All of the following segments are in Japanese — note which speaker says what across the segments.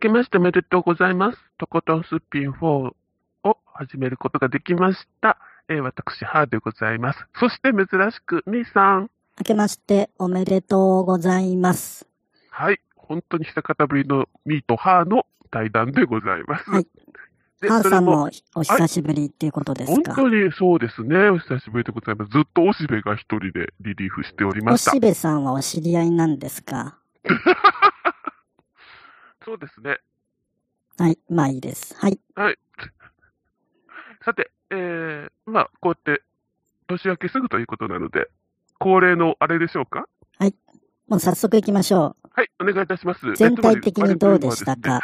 Speaker 1: けましておめでとうございます。とことんすっぴん4を始めることができました。えー私、ハーでございます。そして珍しく、みーさん。
Speaker 2: 明けましておめでとうございます。
Speaker 1: はい。本当に久方ぶりのミーとハーの対談でございます。
Speaker 2: はい
Speaker 1: で。
Speaker 2: ハー
Speaker 1: そ
Speaker 2: さ
Speaker 1: れ
Speaker 2: ん
Speaker 1: も、
Speaker 2: もお久しぶりっていうことです
Speaker 1: 本
Speaker 2: か。
Speaker 1: 当にそうですね。お久しぶりでございます。ずっとおしべが一人でリリーフしておりま
Speaker 2: お
Speaker 1: した
Speaker 2: し。べさんはお知り合いなんですか
Speaker 1: そうですね。
Speaker 2: はい。まあいいです。はい。
Speaker 1: さて、えー、まあ、こうやって、年明けすぐということなので、恒例のあれでしょうか
Speaker 2: もう早速行きましょ
Speaker 1: はい、お願いいたします。
Speaker 2: う。全体的にどうでしたか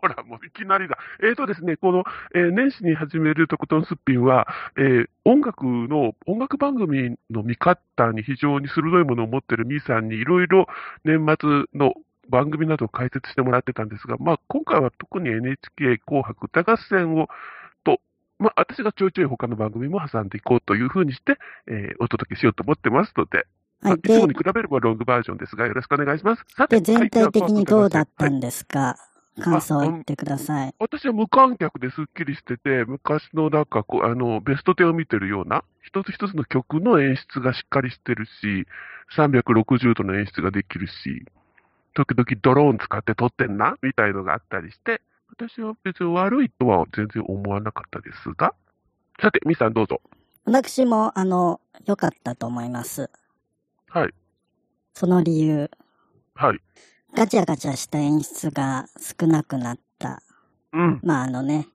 Speaker 1: ほら、もういきなりだ。えーとですね、この、えー年始に始めるとことんすっぴんは、えー音楽の、音楽番組の見方に非常に鋭いものを持ってるみーさんにいろいろ年末の番組などを解説してもらってたんですが、まあ今回は特に NHK 紅白歌合戦を、と、まあ私がちょいちょい他の番組も挟んでいこうというふうにして、えーお届けしようと思ってますので、
Speaker 2: は
Speaker 1: まあ
Speaker 2: い。
Speaker 1: いつも
Speaker 2: で
Speaker 1: に、比べればロングバージョンですが、よろしくお願いします。さて、
Speaker 2: で、全体的にどうだった
Speaker 1: はい
Speaker 2: んですか感想を言ってください。
Speaker 1: 私は無観客ですっきりしてて、昔のなんかこう、あの、ベスト10を見てるような、一つ一つの曲の演出がしっかりしてるし、360度の演出ができるし、時々ドローン使って撮ってんな、みたいのがあったりして、私は別に悪いとは全然思わなかったですが、さて、ミさんどうぞ。
Speaker 2: 私も、あの、良かったと思います。
Speaker 1: はい。
Speaker 2: その理由。
Speaker 1: はい。
Speaker 2: ガチャガチャした演出が少なくなった。
Speaker 1: うん。
Speaker 2: まああのね、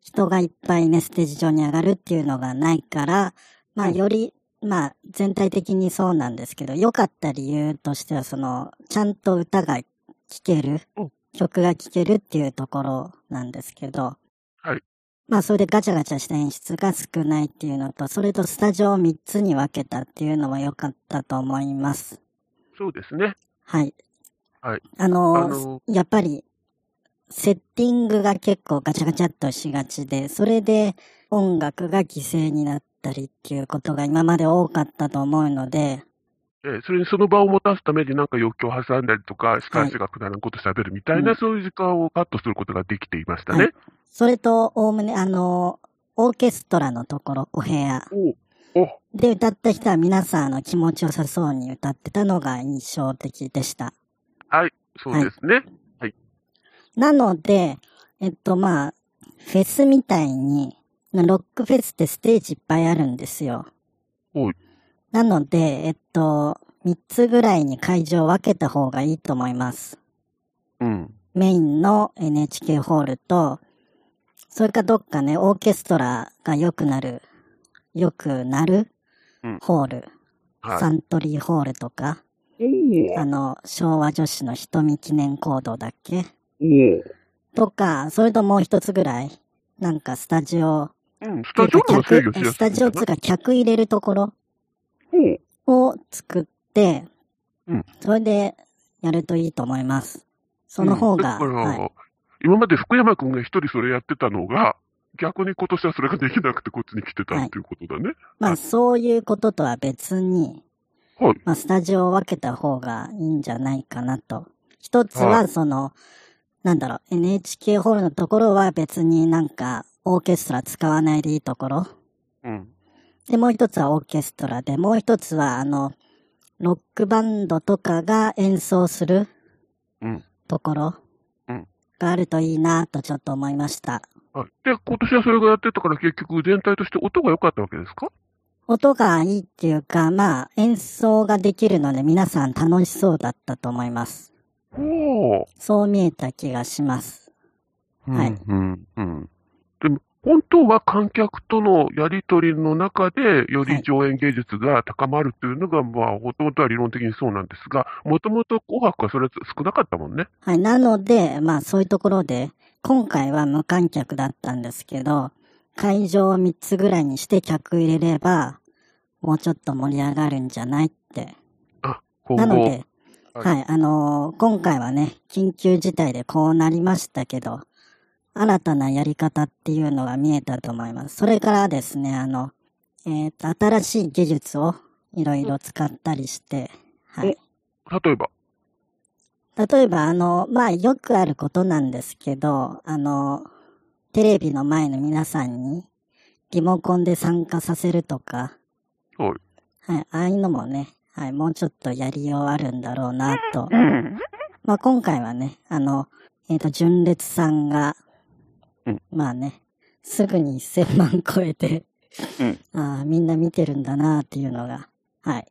Speaker 2: 人がいっぱいね、ステージ上に上がるっていうのがないから、まあ
Speaker 1: うん
Speaker 2: より、まあ全体的にそうなんですけど、良かった理由としてはその、ちゃんと歌が聴ける
Speaker 1: うん、
Speaker 2: 曲が聴けるっていうところなんですけど、
Speaker 1: はい
Speaker 2: まあそれでガチャガチャした演出が少ないっていうのと、それとスタジオを3つに分けたっていうのも良かったと思います。
Speaker 1: そうですね。
Speaker 2: はい。
Speaker 1: はい
Speaker 2: あの
Speaker 1: あの
Speaker 2: やっぱり、セッティングが結構ガチャガチャっとしがちで、それで音楽が犠牲になったりっていうことが今まで多かったと思うので、
Speaker 1: えーそれにその場を持たすためになんか余興を挟んだりとか、司会者がくだらんこと喋るみたいな、
Speaker 2: うん
Speaker 1: そういう時間をカットすることができていました
Speaker 2: は
Speaker 1: ね
Speaker 2: い。それと、おおむね、あの、オーケストラのところ、お部屋。
Speaker 1: おお
Speaker 2: で、歌った人は皆さん、あの、気持ちよさそうに歌ってたのが印象的でした。
Speaker 1: そうですね。
Speaker 2: なので、えっと、まあ、フェスみたいに、ロックフェスってステージいっぱいあるんですよ。
Speaker 1: はい
Speaker 2: なので、えっと、3つぐらいに会場を分けた方がいいと思います。
Speaker 1: うん。
Speaker 2: メインの NHK ホールと、それかどっかね、オーケストラが良くなる、良くなる
Speaker 1: うん
Speaker 2: ホール、
Speaker 1: は
Speaker 2: サントリーホールとか、
Speaker 1: い。
Speaker 2: あの、昭和女子の瞳記念行動だっけ
Speaker 1: お
Speaker 2: とか、それともう一つぐらい、なんかスタジオ、
Speaker 1: うん、スタジオの方が制御しやすいんじゃない。
Speaker 2: スタジオつうか客入れるところ
Speaker 1: うん
Speaker 2: を作って、
Speaker 1: うん
Speaker 2: それでやるといいと思います。その方が、
Speaker 1: だから
Speaker 2: はい、
Speaker 1: 今まで福山君が一人それやってたのが、逆に今年はそれができなくてこっちに来てたっていうことだね。
Speaker 2: まあそういうこととは別に、
Speaker 1: はい。
Speaker 2: まあ、スタジオを分けた方がいいんじゃないかなと。一つ
Speaker 1: は
Speaker 2: はその、なんだろう、NHK ホールのところは別になんかオーケストラ使わないでいいところ。
Speaker 1: うん。
Speaker 2: で、もう一つはオーケストラで、もう一つは、あの、ロックバンドとかが演奏する
Speaker 1: うん
Speaker 2: ところ
Speaker 1: うん
Speaker 2: があるといいなとちょっと思いました。
Speaker 1: はい、で、今年はそれがやってたから結局全体として音が良かったわけですか
Speaker 2: 音がいいっていうか、まあ、演奏ができるので皆さん楽しそうだったと思います。
Speaker 1: ほ
Speaker 2: そう見えた気がします。
Speaker 1: う。
Speaker 2: はい
Speaker 1: うん。うん。でも、本当は観客とのやりとりの中で、よ
Speaker 2: は
Speaker 1: り
Speaker 2: い
Speaker 1: 上演芸術が高まるというのが、まあ、もともとは理論的にそうなんですが、もともと紅白はそれ少なかったもんね。
Speaker 2: はい。なので、まあ、そういうところで、今回は無観客だったんですけど、会場を3つぐらいにして客入れれば、もうちょっと盛り上がるんじゃないって
Speaker 1: 今
Speaker 2: なの
Speaker 1: 後。
Speaker 2: で、
Speaker 1: はい
Speaker 2: はい、あのー今回はね、緊急事態でこうなりましたけど、新たなやり方っていうのが見えたと思います。それからですね、あの、えっ、と、新しい技術をいろいろ使ったりして、はい。
Speaker 1: 例えば。
Speaker 2: 例えば、あの、まあ、よくあることなんですけど、あの、テレビの前の皆さんに、リモコンで参加させるとか、
Speaker 1: はい。
Speaker 2: はい、ああいうのもね、はい、もうちょっとやりようあるんだろうなと。
Speaker 1: うん。
Speaker 2: まあ、今回はね、あの、えっ、と、純烈さんが、
Speaker 1: うん
Speaker 2: まあね、すぐに1000万超えて、
Speaker 1: うん
Speaker 2: ああ、みんな見てるんだなっていうのが、はい。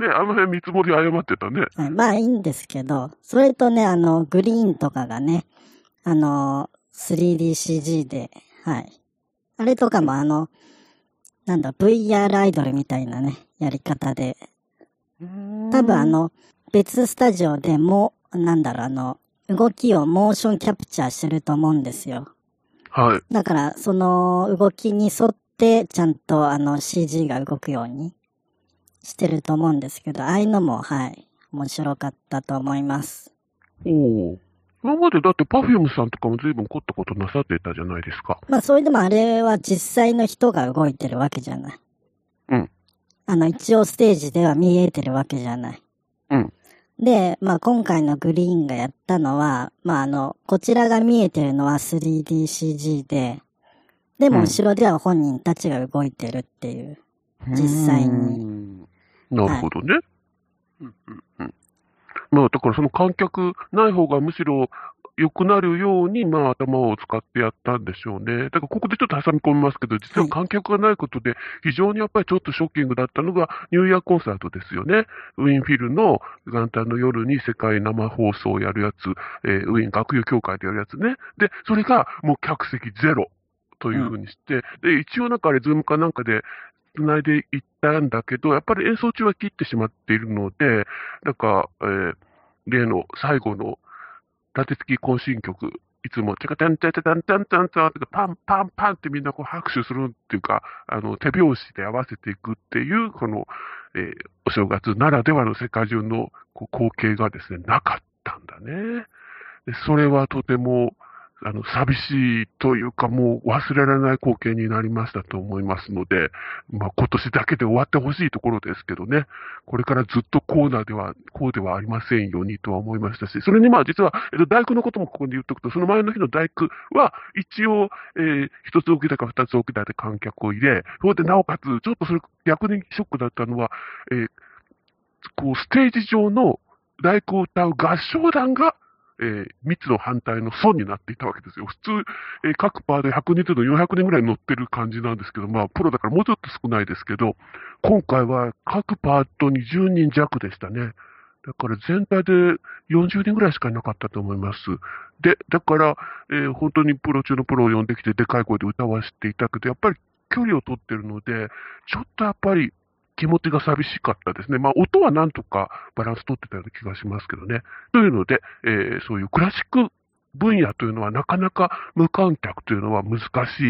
Speaker 1: ね、あの辺見積もり誤ってたね。
Speaker 2: はいまあいいんですけど、それとね、あの、グリーンとかがね、あの、3DCG で、はい。あれとかもあの、なんだ、VR アイドルみたいなね、やり方で、多分あの、別スタジオでも、なんだろう、あの、動きをモーションキャプチャーしてると思うんですよ。
Speaker 1: はい。
Speaker 2: だから、その動きに沿って、ちゃんとあの CG が動くようにしてると思うんですけど、ああいうのも、はい、面白かったと思います。
Speaker 1: おお。今までだってパフュームさんとかも随分凝ったことなさってたじゃないですか。
Speaker 2: まあ、それでもあれは実際の人が動いてるわけじゃない。
Speaker 1: うん。
Speaker 2: あの、一応ステージでは見えてるわけじゃない。
Speaker 1: うん。
Speaker 2: で、まあ、今回のグリーンがやったのは、まあ、あの、こちらが見えてるのは 3DCG で、で
Speaker 1: う
Speaker 2: も
Speaker 1: ん
Speaker 2: 後ろでは本人たちが動いてるっていう。実際に
Speaker 1: に。なるほどね。うんうんうん。まあ、だからその観客ない方がむしろ良くなるように、まあ、頭を使ってやったんでしょうね。だからここでちょっと挟み込みますけど、実は
Speaker 2: は
Speaker 1: い観客がないことで、非常にやっぱりちょっとショッキングだったのが、ニューイヤーコンサートですよね。ウィーンフィルの元旦の夜に世界生放送をやるやつ、えーウィーン学友協会でやるやつね。で、それがもう客席ゼロというふうにして、で、一応なんかあれ、ズームかなんかで繋いでいったんだけど、やっぱり演奏中は切ってしまっているので、なんか、えー例の最後の立て付き懇親曲、いつも、チャカタンチャチャタンタンタンタンってパンパンパンってみんなこう拍手するっていうか、あの、手拍子で合わせていくっていう、この、えーお正月ならではの世界中のこう光景がですね、なかったんだね。でそれはとても、あの、寂しいというか、もう忘れられない光景になりましたと思いますので、まあ、今年だけで終わってほしいところですけどね、これからずっとこうなでは、こうではありませんようにとは思いましたし、それにまあ実は、えっと、大工のこともここに言っておくと、その前の日の大工は、一応、えー一つ起きたか二つ起きたで観客を入れ、それでなおかつ、ちょっとそれ逆にショックだったのは、えーこう、ステージ上の大工を歌う合唱団が、えー、密の反対の損になっていたわけですよ。普通、えー各パーで100人程度400人ぐらい乗ってる感じなんですけど、まあ、プロだからもうちょっと少ないですけど、今回は各パート20人弱でしたね。だから全体で40人ぐらいしかいなかったと思います。で、だから、えー本当にプロ中のプロを呼んできて、でかい声で歌わせていたけど、やっぱり距離を取ってるので、ちょっとやっぱり気持ちが寂しかったですね。まあ、音はなんとかバランス取ってたような気がしますけどね。というので、えーそういうクラシック分野というのはなかなか無観客というのは難し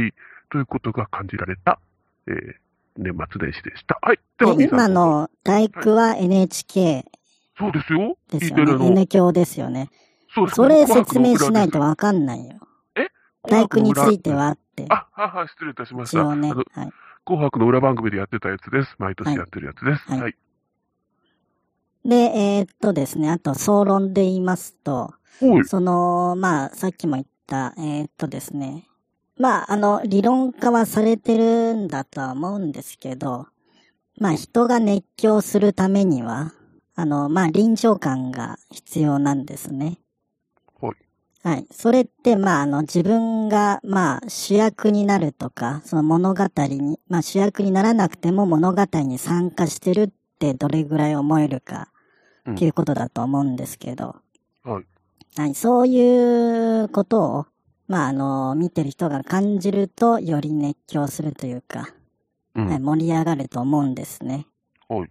Speaker 1: いということが感じられた、えー年末年始でした。はい。では、
Speaker 2: で
Speaker 1: 皆さん
Speaker 2: 今の大工は NHK
Speaker 1: そうですよ。
Speaker 2: ですよ
Speaker 1: E テレ
Speaker 2: ね。
Speaker 1: の
Speaker 2: N 教ですよね。
Speaker 1: そうです
Speaker 2: それ説明しないとわかんないよ。大工について。はあって。
Speaker 1: あ、はいはい、失礼いたしまし
Speaker 2: 一
Speaker 1: た。
Speaker 2: 応ね。
Speaker 1: あの
Speaker 2: はい。
Speaker 1: 紅白の裏番組でやってたやつです。毎
Speaker 2: は
Speaker 1: 年
Speaker 2: い
Speaker 1: やってるやつです。
Speaker 2: は
Speaker 1: はいい。
Speaker 2: で、えーっとですね、あと、総論で言いますと、
Speaker 1: おい。
Speaker 2: その、まあ、さっきも言った、えーっとですね、まあ、あの、理論化はされてるんだとは思うんですけど、まあ、人が熱狂するためには、あの、まあ、臨場感が必要なんですね。
Speaker 1: はい。
Speaker 2: はい。それって、まあ、あの、自分が、まあ、主役になるとか、その物語に、まあ、主役にならなくても物語に参加してるってどれぐらい思えるか、
Speaker 1: うん
Speaker 2: っていうことだと思うんですけど。
Speaker 1: はい。
Speaker 2: はい。そういうことを、まあ、あの、見てる人が感じると、より熱狂するというか、
Speaker 1: うん
Speaker 2: はい、盛り上がると思うんですね。
Speaker 1: はい。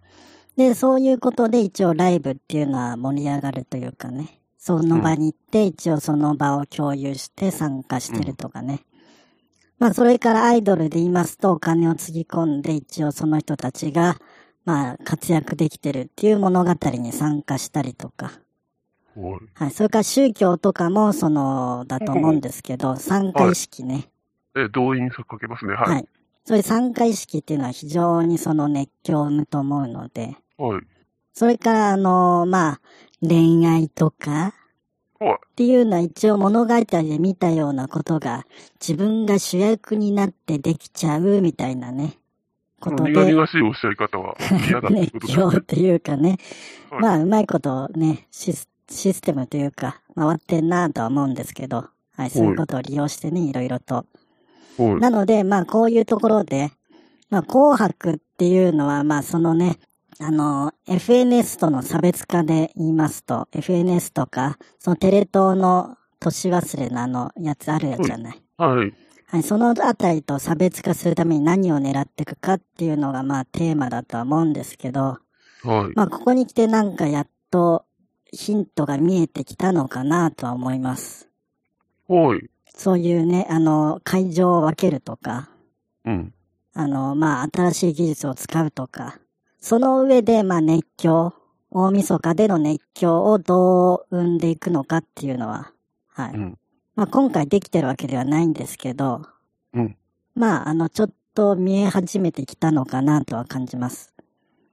Speaker 2: で、そういうことで一応ライブっていうのは盛り上がるというかね、その場に行って一応その場を共有して参加してるとかね。まあ、それからアイドルで言いますと、お金をつぎ込んで一応その人たちが、まあ、活躍できてるっていう物語に参加したりとか。
Speaker 1: おい。
Speaker 2: はい。それから宗教とかも、その、だと思うんですけど、参加意識ね。
Speaker 1: え、動員さかけますね。
Speaker 2: は
Speaker 1: はいい。
Speaker 2: そういう参加意識っていうのは非常にその熱狂を生むと思うので、
Speaker 1: はい。
Speaker 2: それから、あの、まあ、恋愛とか、
Speaker 1: はい
Speaker 2: っていうのは一応物語で見たようなことが、自分が主役になってできちゃうみたいなね、こ
Speaker 1: ことの
Speaker 2: で。
Speaker 1: 苦々しいおっしゃい方は嫌だという
Speaker 2: 熱
Speaker 1: ことですね。
Speaker 2: 狂というか ね、
Speaker 1: はい
Speaker 2: まあ、うまいことね、シスシステムというか、回ってんなとは思うんですけど、はい、そういうことを利用してね、いろいろと。
Speaker 1: はい
Speaker 2: なので、まあ、こういうところで、まあ、紅白っていうのは、まあ、そのね、あの、FNS との差別化で言いますと、FNS とか、そのテレ東の年忘れのあの、やつあるやつじゃない。
Speaker 1: はい。
Speaker 2: はい、そのあたりと差別化するために何を狙っていくかっていうのが、まあ、テーマだとは思うんですけど、
Speaker 1: はい。
Speaker 2: まあ、ここに来てなんかやっとヒントが見えてきたのかなとは思います。
Speaker 1: はい。
Speaker 2: そういうね、あの、会場を分けるとか、
Speaker 1: うん。
Speaker 2: あの、まあ、新しい技術を使うとか、その上で、まあ、熱狂、大晦日での熱狂をどう生んでいくのかっていうのは、はい。
Speaker 1: うん
Speaker 2: まあ、今回できてるわけではないんですけど、
Speaker 1: うん
Speaker 2: まあ、あの、ちょっと見え始めてきたのかなとは感じます。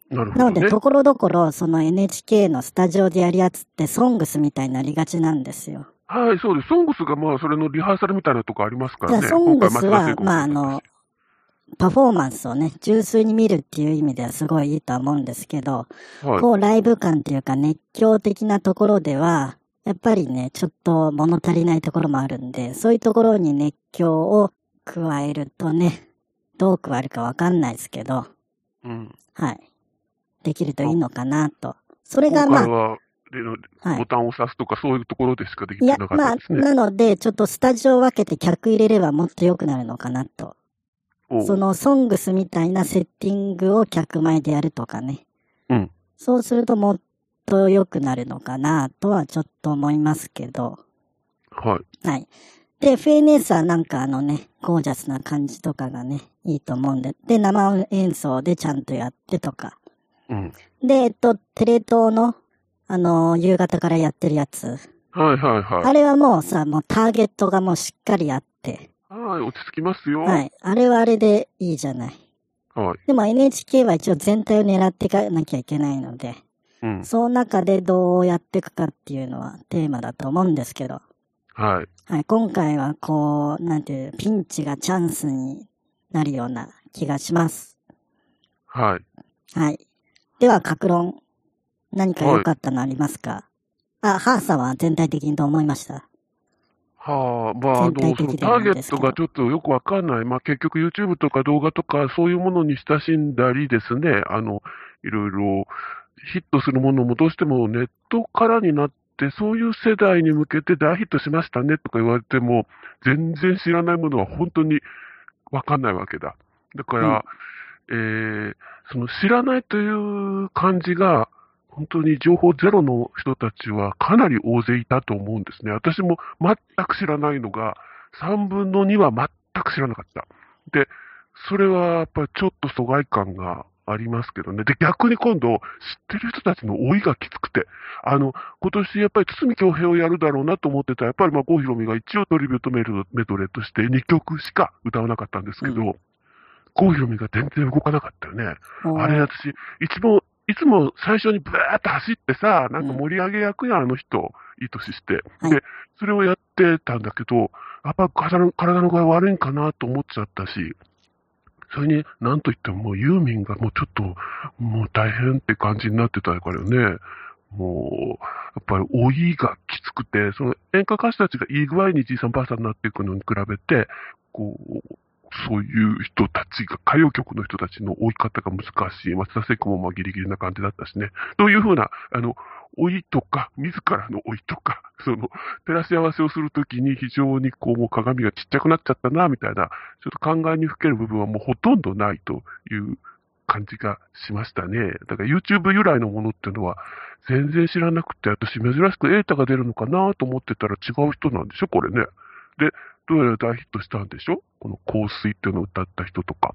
Speaker 1: なるほ
Speaker 2: な
Speaker 1: ど
Speaker 2: ので、
Speaker 1: ね。
Speaker 2: ところどころ、その NHK のスタジオでやるやつって、ソングスみたいになりがちなんですよ。
Speaker 1: はい、そうです。ソングスがまあ、それのリハーサルみたいなとこありますか
Speaker 2: じ
Speaker 1: ら
Speaker 2: ゃあ、
Speaker 1: ね。
Speaker 2: ソングスは、
Speaker 1: 今回松田聖子
Speaker 2: まあ、あ
Speaker 1: さんだったし
Speaker 2: の、パフォーマンスをね、純粋に見るっていう意味ではすごいいいとは思うんですけど、
Speaker 1: はい。
Speaker 2: こう、ライブ感っていうか、熱狂的なところでは、やっぱりね、ちょっと物足りないところもあるんで、そういうところに熱狂を加えるとね、どう加えるかわかんないですけど、
Speaker 1: うん。
Speaker 2: はい。できるといいのかなと。それが、
Speaker 1: 今
Speaker 2: ま
Speaker 1: 回
Speaker 2: あ、
Speaker 1: は、での
Speaker 2: はい
Speaker 1: ボ。タンを押すとか、そういうところでしかできて
Speaker 2: いや
Speaker 1: な、かっ
Speaker 2: ま
Speaker 1: た
Speaker 2: あ
Speaker 1: で、すね。
Speaker 2: なので、ちょっとスタジオを分けて客入れればもっと良くなるのかなと。
Speaker 1: おう
Speaker 2: その、ソングスみたいなセッティングを客前でやるとかね。
Speaker 1: うん
Speaker 2: そうするともっと良くなるのかなとはちょっと思いますけど。
Speaker 1: はい。
Speaker 2: はい。で、FNS はなんかあのね、ゴージャスな感じとかがね、いいと思うんで。で、生演奏でちゃんとやってとか。
Speaker 1: うん。
Speaker 2: で、えっと、テレ東の、あの夕方からやってるやつ。
Speaker 1: はいはいは
Speaker 2: あれはもうさ、もうターゲットがもうしっかりあって、
Speaker 1: い。はい、落ち着きますよ。
Speaker 2: は
Speaker 1: はい。
Speaker 2: い。あれはあれでいいじゃない。でも NHK は一応全体を狙っていかなきゃいけないので、
Speaker 1: うん。
Speaker 2: その中でどうやっていくかっていうのはテーマだと思うんですけど、
Speaker 1: はい。
Speaker 2: はい。今回はこう、なんていう、ピンチがチャンスになるような気がします。
Speaker 1: はい。
Speaker 2: はい。では、格論。何か良かったのありますか、あ、ハーさんは全体的にどう思いました
Speaker 1: はあ、まあ、あ
Speaker 2: 全
Speaker 1: の、そ
Speaker 2: 体
Speaker 1: の
Speaker 2: 的
Speaker 1: タ
Speaker 2: では
Speaker 1: ー
Speaker 2: な
Speaker 1: ゲ
Speaker 2: いで
Speaker 1: ッ
Speaker 2: すけ
Speaker 1: ト
Speaker 2: ど
Speaker 1: がちょっとよくわかんない。まあ、結局 YouTube とか動画とか、そういうものに親しんだりですね、あの、いろいろヒットするものもどうしてもネットからになって、そういう世代に向けて大ヒットしましたねとか言われても、全然知らないものは本当にわかんないわけだ。だから、えーその知らないという感じが、本当に情報ゼロの人たちはかなり大勢いたと思うんですね。私も全く知らないのが、3分の2は全く知らなかった。で、それはやっぱりちょっと疎外感がありますけどね。で、逆に今度、知ってる人たちの追いがきつくて、あの、今年やっぱり堤恭平をやるだろうなと思ってたら、やっぱりまあ郷ひろみが一応トリビュートメルメドレーとして2曲しか歌わなかったんですけど、
Speaker 2: う
Speaker 1: 郷ひろみが全然動かなかったよね。
Speaker 2: おー
Speaker 1: あれ、私、一番、いつも最初にブワーッと走ってさ、なんか盛り上げ役やん、あの人、いい年して。
Speaker 2: はい
Speaker 1: で、それをやってたんだけど、やっぱ体の体の具合悪いんかなと思っちゃったし、それに、なんといってももうユーミンがもうちょっと、もう大変って感じになってたからね。もう、やっぱり老いがきつくて、その演歌歌手たちがいい具合にじいさんばあさんになっていくのに比べて、こう、そういう人たちが、歌謡曲の人たちの追い方が難しい。松田聖子もまあギリギリな感じだったしね。というふうな、あの、老いとか、自らの老いとか、その、照らし合わせをするときに非常にこう、もう鏡がちっちゃくなっちゃったな、みたいな、ちょっと考えにふける部分はもうほとんどないという感じがしましたね。だから YouTube 由来のものっていうのは、全然知らなくて、私珍しくエータが出るのかなと思ってたら違う人なんでしょ、これね。で、どうやら大ヒットしたんでしょこの香水っていうのを歌った人とか。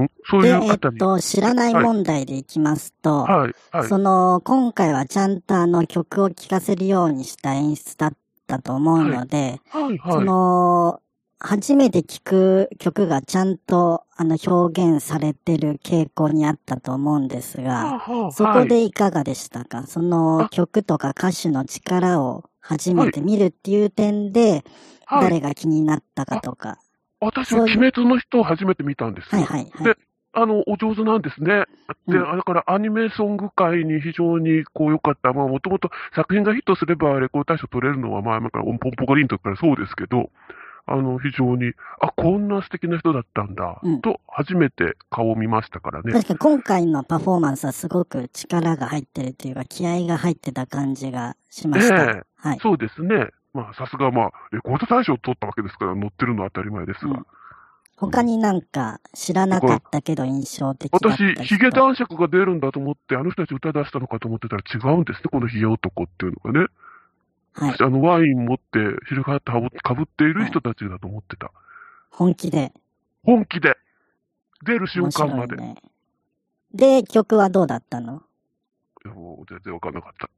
Speaker 1: んそう
Speaker 2: で、
Speaker 1: い
Speaker 2: え
Speaker 1: う
Speaker 2: っ
Speaker 1: 方に。
Speaker 2: と、知らない問題でいきますと、
Speaker 1: はい、はい。
Speaker 2: その、今回はちゃんとあの曲を聴かせるようにした演出だったと思うので、
Speaker 1: はい、はい。
Speaker 2: その、初めて聞く曲がちゃんと、あの、表現されてる傾向にあったと思うんですが、
Speaker 1: はあ
Speaker 2: そこ
Speaker 1: はい
Speaker 2: でいかがでしたかその
Speaker 1: あ
Speaker 2: 曲とか歌手の力を初めて見るっていう点で、
Speaker 1: はい
Speaker 2: 誰が気になったかとか。
Speaker 1: 私も鬼滅の人を初めて見たんです
Speaker 2: はい
Speaker 1: よ。
Speaker 2: はいはい。
Speaker 1: であの、お上手なんですね。で、
Speaker 2: うん
Speaker 1: だからアニメソング界に非常にこう良かった。まあ、もともと作品がヒットすればレコード大賞取れるのは、まあ、なんかオンポンポコリンとからそうですけど、あの、非常に、あ、こんな素敵な人だったんだ、
Speaker 2: うん
Speaker 1: と、初めて顔を見ましたからね。
Speaker 2: 確か今回のパフォーマンスはすごく力が入ってるというか、気合が入ってた感じがしました。
Speaker 1: ええ
Speaker 2: はい。
Speaker 1: そうですね。まあ、さすが、まあ、レコード大賞を取ったわけですから、乗ってるのは当たり前ですが。
Speaker 2: うん他になんか知らなかったけど印象的だった
Speaker 1: 私
Speaker 2: 人。、
Speaker 1: ヒゲ男爵が出るんだと思って、あの人たち歌出したのかと思ってたら違うんですね、このヒゲ男っていうのがね。
Speaker 2: はい。
Speaker 1: あの、ワイン持って、昼がってかぶっている人たちだと思ってた。
Speaker 2: 本気で。
Speaker 1: 本気で。出る瞬
Speaker 2: 面白
Speaker 1: 間ま
Speaker 2: い
Speaker 1: で。
Speaker 2: ね。で、曲はどうだったの
Speaker 1: いやもう全然わかんなかった。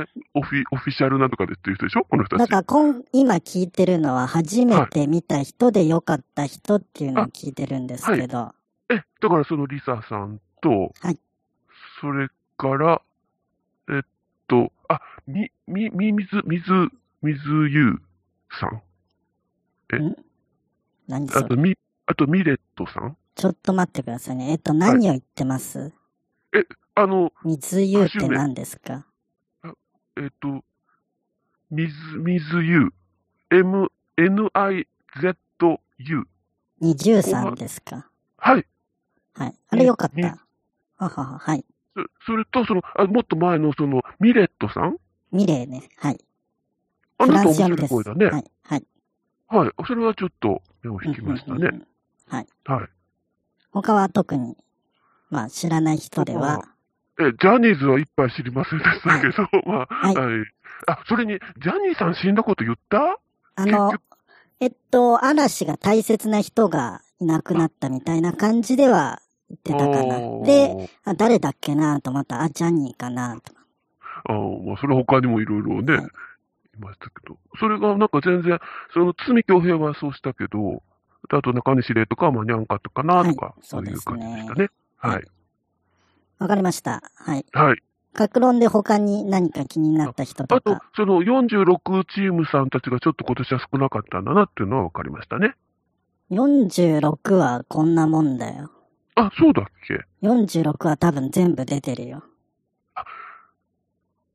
Speaker 1: えオフィ、オフィシャルなんとかでっていう人でしょこの人
Speaker 2: だ
Speaker 1: たち。
Speaker 2: から今、今聞いてるのは初めて見た人で良かった人っていうのを聞いてるんですけど、
Speaker 1: え、だからそのリサさんと、
Speaker 2: はい
Speaker 1: それから、えっと、あ、み、み、み、みず、みず、みずゆうさん。え
Speaker 2: 何そ
Speaker 1: あ
Speaker 2: れ
Speaker 1: と、み、あと、ミレットさん。
Speaker 2: ちょっと待ってくださいね。えっと、何を言ってます、
Speaker 1: あの、
Speaker 2: 水湯って何ですか
Speaker 1: えっ、と、みず、みずゆ、M、N-I-Z-U。
Speaker 2: 二十三ですか
Speaker 1: はい。
Speaker 2: はい。あれ良かっ
Speaker 1: に
Speaker 2: た。ははは、はい。
Speaker 1: そそれと、そのあ、もっと前の、その、ミレットさん
Speaker 2: ミレーね。はい。
Speaker 1: あ
Speaker 2: フ
Speaker 1: なた
Speaker 2: ラン
Speaker 1: 面
Speaker 2: ス
Speaker 1: 白
Speaker 2: 読みで
Speaker 1: い
Speaker 2: す。
Speaker 1: 声だね。
Speaker 2: はい。はい。
Speaker 1: はい。それはちょっと目を引きました
Speaker 2: うんう
Speaker 1: ね
Speaker 2: んうん。うん。
Speaker 1: はい。
Speaker 2: 他は特に、まあ知らない人では、
Speaker 1: え、ジャニーズはいっぱい知りませんでしたけど、まあ、
Speaker 2: はい
Speaker 1: はい。あ、それに、ジャニーさん死んだこと言った
Speaker 2: あの
Speaker 1: 結、
Speaker 2: えっと、嵐が大切な人がいなくなったみたいな感じでは言ってたか
Speaker 1: おー
Speaker 2: な。で、、あ誰だっけなと思ったら、あ、ジャニーかなと。
Speaker 1: あーまあ、それは他にもいろいろね、
Speaker 2: はい
Speaker 1: いましたけど、それがなんか全然、その堤恭平はそうしたけど、あと中西礼とかはまあにゃんかったかなとか、
Speaker 2: はい
Speaker 1: そういう
Speaker 2: そう
Speaker 1: 感
Speaker 2: で
Speaker 1: じ
Speaker 2: すね
Speaker 1: でしたね。はい。
Speaker 2: わかりました。はい。
Speaker 1: はい。
Speaker 2: 格論で他に何か気になった人
Speaker 1: あ
Speaker 2: と
Speaker 1: と
Speaker 2: か。、
Speaker 1: その46チームさんたちがちょっと今年は少なかったんだなっていうのは分かりましたね。
Speaker 2: 46はこんなもんだよ。
Speaker 1: あ、そうだっけ
Speaker 2: 46は多分全部出てるよ。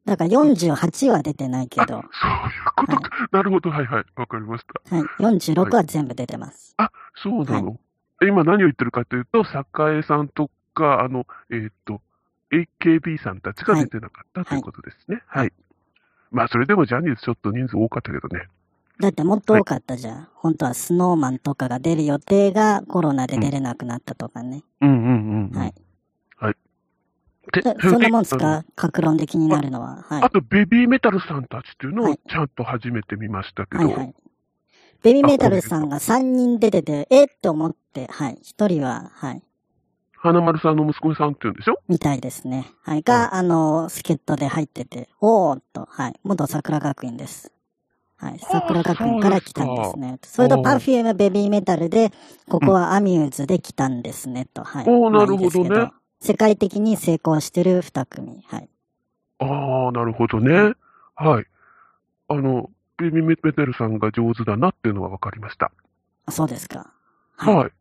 Speaker 2: だから48は出てないけど、は
Speaker 1: そういうことか。なるほど。はいはい。分かりました。
Speaker 2: い、46は全部出てます。
Speaker 1: あ、そうなの。今何を言ってるかというと、栄さんとか、あの、えーっと、AKB さんたちが出てなかった、
Speaker 2: はい
Speaker 1: ということですね。はい。まあ、それでもジャニーズちょっと人数多かったけどね。
Speaker 2: だってもっと多かったじゃん。本当はスノーマンとかが出る予定がコロナで出れなくなったとかね。
Speaker 1: うんうんうん。
Speaker 2: はい。
Speaker 1: で
Speaker 2: そ
Speaker 1: れ
Speaker 2: そんなもんです
Speaker 1: あの
Speaker 2: か格論で気になるのは。はい
Speaker 1: あ。と、ベビーメタルさんたちっていうの
Speaker 2: は
Speaker 1: を
Speaker 2: い
Speaker 1: ちゃんと初めて見ましたけ
Speaker 2: はい
Speaker 1: ど、
Speaker 2: はい。ベビーメタルさんが3人出てて、えっと思って、はい。1人は、はい。
Speaker 1: 花丸さんの息子さんっていうんでしょ
Speaker 2: みたいですね。はい。が、あの、助っ人で入ってて、おーっと、はい。元桜学院です。はい。
Speaker 1: あ
Speaker 2: 桜学院から来たんですね。それと
Speaker 1: おー
Speaker 2: パフュームベビーメタルで、ここはアミューズで来たんですね、と。はい。
Speaker 1: おー
Speaker 2: ま
Speaker 1: な
Speaker 2: あ
Speaker 1: るほどね。
Speaker 2: いいんですけ世界的に成功してる二組。はい。
Speaker 1: ああ、なるほどね。はい。あの、ベビーメタルさんが上手だなっていうのは分かりました。
Speaker 2: あそうですか。はい
Speaker 1: はい。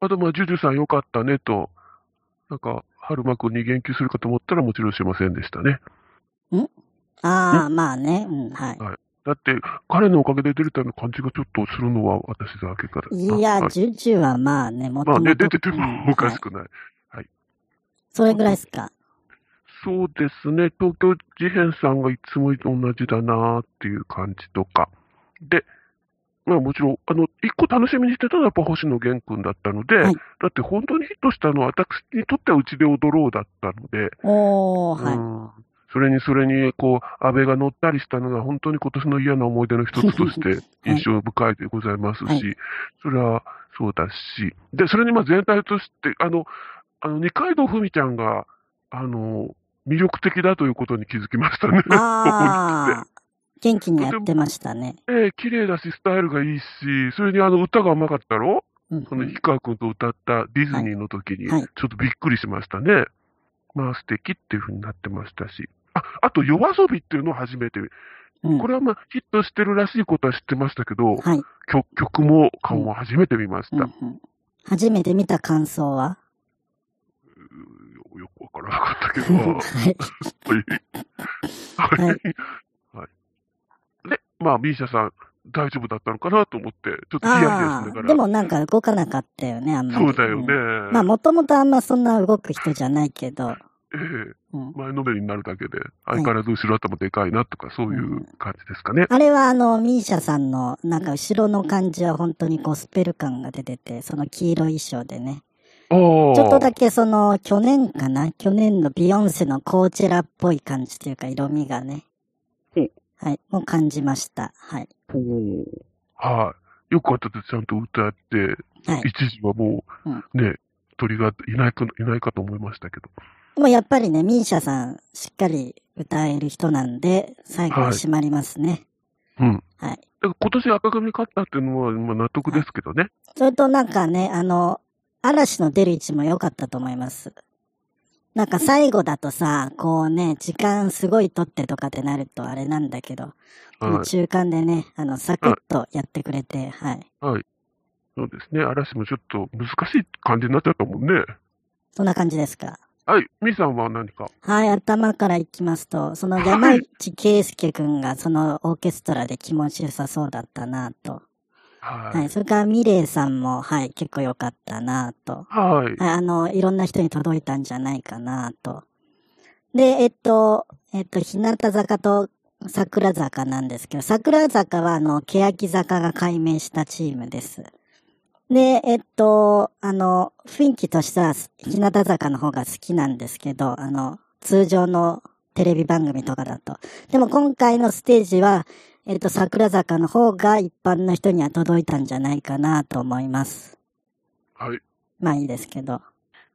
Speaker 1: あと、まあ、ジュジュさんよかったねと、なんか、春馬くんに言及するかと思ったらもちろんしませんでしたね。
Speaker 2: ああ、まあね。うん、はい。
Speaker 1: だって、彼のおかげで出れたような感じがちょっとするのは私だけから。
Speaker 2: いや
Speaker 1: は、
Speaker 2: ジュジュはまあね、もと
Speaker 1: ま
Speaker 2: も
Speaker 1: あ
Speaker 2: と。
Speaker 1: ね、出てて
Speaker 2: うん
Speaker 1: もおかし
Speaker 2: はい
Speaker 1: くない。
Speaker 2: それぐらいですか。
Speaker 1: そうですね、東京事変さんがいつも同じだなっていう感じとか。で、まあもちろん、あの、一個楽しみにしてたのはやっぱ星野源くんだったので、
Speaker 2: はい
Speaker 1: だって本当にヒットしたのは私にとってはうちで踊ろうだったので、
Speaker 2: おー、は
Speaker 1: う
Speaker 2: い。
Speaker 1: んそれにそれに、こう、安倍が乗ったりしたのが本当に今年の嫌な思い出の一つとして
Speaker 2: はい
Speaker 1: 印象深いでございますし、
Speaker 2: はい
Speaker 1: それはそうだし、で、それにまあ全体として、あの、あの、二階堂ふみちゃんが、あの、魅力的だということに気づきましたね。
Speaker 2: ああ、元気にやってましたね。
Speaker 1: ええ綺麗だし、スタイルがいいし、それにあの歌がうまかったろ
Speaker 2: うん
Speaker 1: その氷川君と歌ったディズニーの時に、ち
Speaker 2: は
Speaker 1: ょ
Speaker 2: い
Speaker 1: っとびっくりしましたね。まあ素敵っていうふうになってましたし。あ、あと夜遊びっていうのを初めて、
Speaker 2: うん
Speaker 1: これはまあヒットしてるらしいことは知ってましたけど、
Speaker 2: はい。
Speaker 1: 曲曲も顔も初めて見まし
Speaker 2: うんう
Speaker 1: た。
Speaker 2: ん初めて見た感想は
Speaker 1: よよくわからなかったけど。
Speaker 2: はい。
Speaker 1: はい。はい。で、まあ、ミーシャさん、大丈夫だったのかなと思って、ちょっとヒヤヒヤ
Speaker 2: あ
Speaker 1: しなが
Speaker 2: あ、
Speaker 1: ら。
Speaker 2: でもなんか動かなかったよね、あんまり。
Speaker 1: そうだよね。
Speaker 2: んまあ、もともとあんまそんな動く人じゃないけど。
Speaker 1: ええ
Speaker 2: うん
Speaker 1: 前のめりになるだけで、
Speaker 2: い
Speaker 1: 相変わらず後ろ頭でかいなとか、そういう感じですかね。
Speaker 2: あれはあの、ミーシャさんの、なんか後ろの感じは本当にゴスペル感が出てて、その黄色い衣装でね。
Speaker 1: お
Speaker 2: ちょっとだ
Speaker 1: け。
Speaker 2: けその、去年かな去年のビヨンセのコーチェラっぽい感じというか、色味がね
Speaker 1: ほう。
Speaker 2: はい。もう感じました。はい。
Speaker 1: はい。よかったです。ちゃんと歌って、
Speaker 2: はい。
Speaker 1: 一時はもう、ね、鳥がいないか、いないかと思いましたけど。
Speaker 2: でもやっぱりね、ミーシャさん、しっかり歌える人なんで、最後は締まりますね。
Speaker 1: うん。
Speaker 2: はい。
Speaker 1: だから今年赤組勝ったっていうのは、まあ納得ですけどね。
Speaker 2: それとなんかね、あの、嵐の出る位置も良かったと思います。なんか最後だとさ、こうね、時間すごい取ってとかってなるとあれなんだけど、この
Speaker 1: はい。
Speaker 2: 中間でね、あの、サクッとやってくれて、はい。
Speaker 1: そうですね。嵐もちょっと難しい感じになっちゃったもんね。
Speaker 2: そんな感じですか。
Speaker 1: はい。みーさんは何か
Speaker 2: はい、頭からいきますと、その山内圭介くんがそのオーケストラで気持ちよさそうだったなと。
Speaker 1: は
Speaker 2: はいい、。それからミレイさんも、はい、結構良かったなと。
Speaker 1: はい。
Speaker 2: はい、あの、いろんな人に届いたんじゃないかなと。で、えっと、えっと、日向坂と桜坂なんですけど、桜坂は、あの、欅坂が改名したチームです。で、えっと、あの、雰囲気としては、日向坂の方が好きなんですけど、あの、通常のテレビ番組とかだと。でも今回のステージは、えっと、桜坂の方が一般の人には届いたんじゃないかなと思います。
Speaker 1: はい。
Speaker 2: まあいいですけど。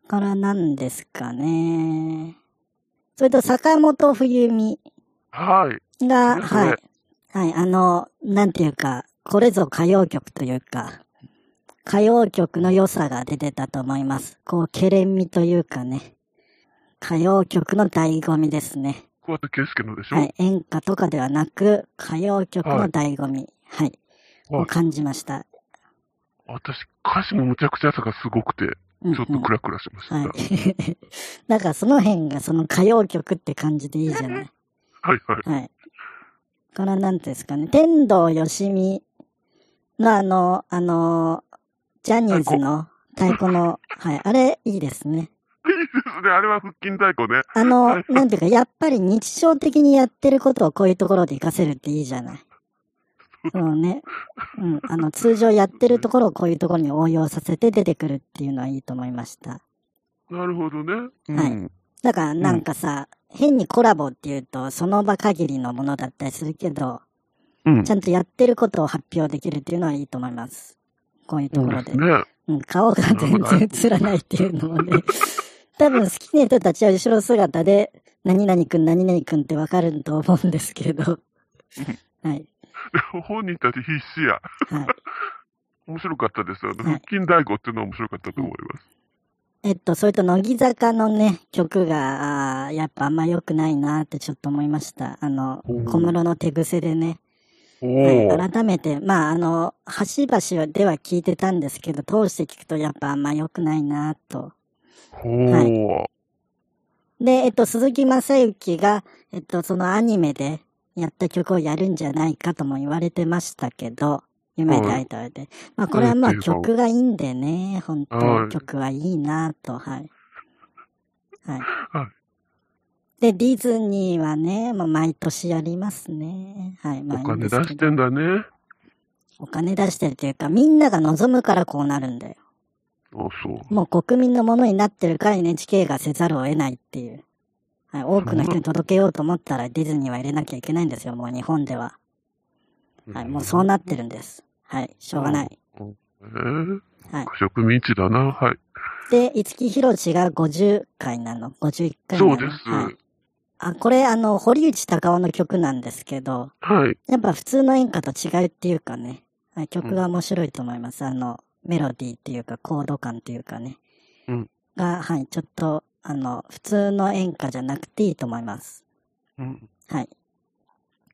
Speaker 2: からなんですかね。それと坂本冬美
Speaker 1: はい。
Speaker 2: が、
Speaker 1: そうですね
Speaker 2: はい。はい、あの、なんていうか、これぞ歌謡曲というか、歌謡曲の良さが出てたと思います。こう、けれんみというかね。歌謡曲の醍醐味ですね。
Speaker 1: 桑田佳祐のでしょ
Speaker 2: はい。演歌とかではなく、歌謡曲の醍醐味。は
Speaker 1: は
Speaker 2: い。
Speaker 1: い
Speaker 2: を感じました。
Speaker 1: 私、歌詞のむちゃくちゃさがすごくて、
Speaker 2: うんうん
Speaker 1: ちょっとクラクラしました。
Speaker 2: はい。なんかその辺がその歌謡曲って感じでいいじゃない。
Speaker 1: はい はい。
Speaker 2: はい。からなんていうんですかね、天童よしみのあの、あの、ジャニーズの太鼓の、はい、あれいいですね。
Speaker 1: いいですね。あれは腹筋太鼓ね。
Speaker 2: あの、なんていうか、やっぱり日常的にやってることをこういうところで活かせるっていいじゃない。そうね。うん。あの、通常やってるところをこういうところに応用させて出てくるっていうのはいいと思いました。
Speaker 1: なるほどね。うん。
Speaker 2: はだからなんかさ、変にコラボっていうと、その場限りのものだったりするけど、
Speaker 1: うん。
Speaker 2: ちゃんとやってることを発表できるっていうのはいいと思います。こういう
Speaker 1: そ
Speaker 2: と
Speaker 1: う
Speaker 2: こ
Speaker 1: で
Speaker 2: ろ
Speaker 1: す
Speaker 2: で。
Speaker 1: ね。
Speaker 2: うん、顔が全然映らないっていうのもね、多分好きな人たちは後ろ姿で、何々くん、何々くんってわかると思うんですけど。はい。
Speaker 1: で本人たち必死や。
Speaker 2: はい。
Speaker 1: 面白かったです。あの
Speaker 2: はい
Speaker 1: 腹筋太鼓っていうのは面白かったと思います。
Speaker 2: えっと、それと乃木坂のね、曲が、あーやっぱあんま良くないなってちょっと思いました。あの、
Speaker 1: おー
Speaker 2: 小室の手癖でね。はい
Speaker 1: おお。
Speaker 2: 改めて、まあ、あの、端々では聞いてたんですけど、通して聞くとやっぱあんま良くないなと。
Speaker 1: おお。
Speaker 2: で、えっと、鈴木正幸が、えっと、そのアニメでやった曲をやるんじゃないかとも言われてましたけど、夢でアイドルで。まあ、これはまあ
Speaker 1: うん
Speaker 2: 曲がいいんでね、本
Speaker 1: は
Speaker 2: 当
Speaker 1: い
Speaker 2: 曲はいいなと、はい。はい
Speaker 1: は。
Speaker 2: で、ディズニーはね、もう毎年やりますね。はい、まあ
Speaker 1: お
Speaker 2: いいん
Speaker 1: 金出
Speaker 2: ですけど
Speaker 1: してんだね。
Speaker 2: お金出してるというか、みんなが望むからこうなるんだよ。
Speaker 1: あ、そう。
Speaker 2: もう国民のものになってるから NHK がせざるを得ないっていう。はい、多くの人に届けようと思ったら ディズニーは入れなきゃいけないんですよ、もう日本では。はい、もうそうなってるんです。はい、しょうがない。
Speaker 1: えー、
Speaker 2: はい。
Speaker 1: 植民地だな。はい。
Speaker 2: で、五木ひろしが50回なの、51回な
Speaker 1: そ
Speaker 2: の。
Speaker 1: うです。
Speaker 2: はい。あ、これあの、堀内隆夫の曲なんですけど、
Speaker 1: はい。
Speaker 2: やっぱ普通の演歌と違うっていうかね、はい曲が面白いと思います。あの、メロディーっていうか、コード感っていうかね。
Speaker 1: うん
Speaker 2: が、はい、ちょっと、あの、普通の演歌じゃなくていいと思います。
Speaker 1: うん。
Speaker 2: はい。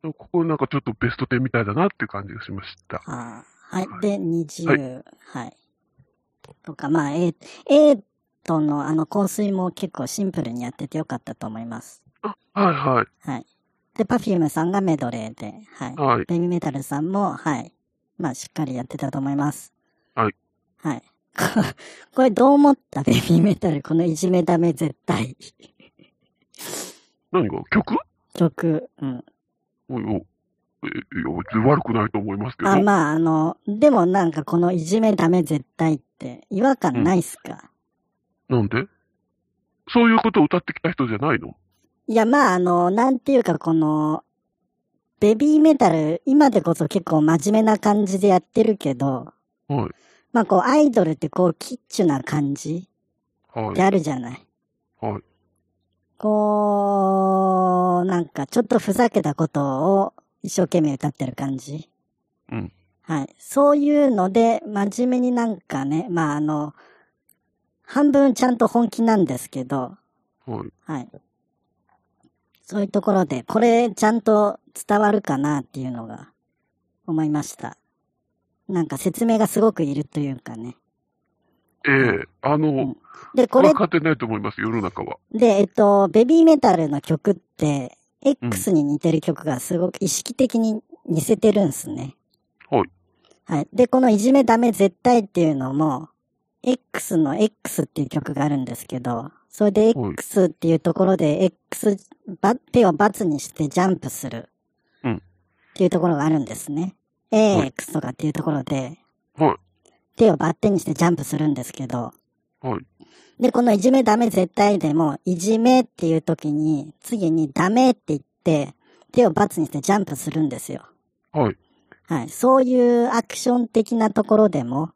Speaker 1: ここなんかちょっとベスト10みたいだなっていう感じがしました。
Speaker 2: あーはい。で、20、はい。とか、まあ、エイエイトのあの香水も結構シンプルにやっててよかったと思います。
Speaker 1: はいはい。
Speaker 2: はい。で、パフュームさんがメドレーで、はい。
Speaker 1: はい。
Speaker 2: ベビーメタルさんも、はい。まあ、しっかりやってたと思います。
Speaker 1: はい。
Speaker 2: はい。 ここれどう思ったベビーメタル、このいじめダメ絶対。
Speaker 1: 何が曲
Speaker 2: 曲。うん。
Speaker 1: おいおいえいや、悪くないと思いますけど。
Speaker 2: あ、まあ、あの、でもなんかこのいじめダメ絶対って、違和感ないっすか、
Speaker 1: なんでそういうことを歌ってきた人じゃないの
Speaker 2: いや、まあ、あの、なんていうかこの、ベビーメタル、今でこそ結構真面目な感じでやってるけど、
Speaker 1: はい。
Speaker 2: まあ、こう、アイドルってこう、キッチュな感じ
Speaker 1: は
Speaker 2: ってあるじゃない。
Speaker 1: はい
Speaker 2: こう、なんかちょっとふざけたことを一生懸命歌ってる感じ。
Speaker 1: うん
Speaker 2: はい。そういうので、真面目になんかね、まああの、半分ちゃんと本気なんですけど、
Speaker 1: い。はい。
Speaker 2: はい。そういうところで、これちゃんと伝わるかなっていうのが思いました。なんか説明がすごくいるというかね。
Speaker 1: ええあの、
Speaker 2: で、こ
Speaker 1: これは
Speaker 2: れ
Speaker 1: 勝てないと思います、世の中は。
Speaker 2: で、えっと、ベビーメタルの曲って、X に似てる曲がすごく意識的に似せてるんすね。
Speaker 1: はい。
Speaker 2: はい。で、このいじめダメ絶対っていうのも、X の X っていう曲があるんですけど、それで
Speaker 1: はい
Speaker 2: X っていうところで X、ば手を×にしてジャンプする。
Speaker 1: うん
Speaker 2: っていうところがあるんですね。
Speaker 1: はい
Speaker 2: AX とかっていうところで、
Speaker 1: はい。
Speaker 2: 手をバッテンにしてジャンプするんですけど、
Speaker 1: はい。
Speaker 2: で、このいじめダメ絶対でも、いじめっていう時に、次にダメって言って、手を罰にしてジャンプするんですよ。
Speaker 1: はい。
Speaker 2: はい。そういうアクション的なところでも、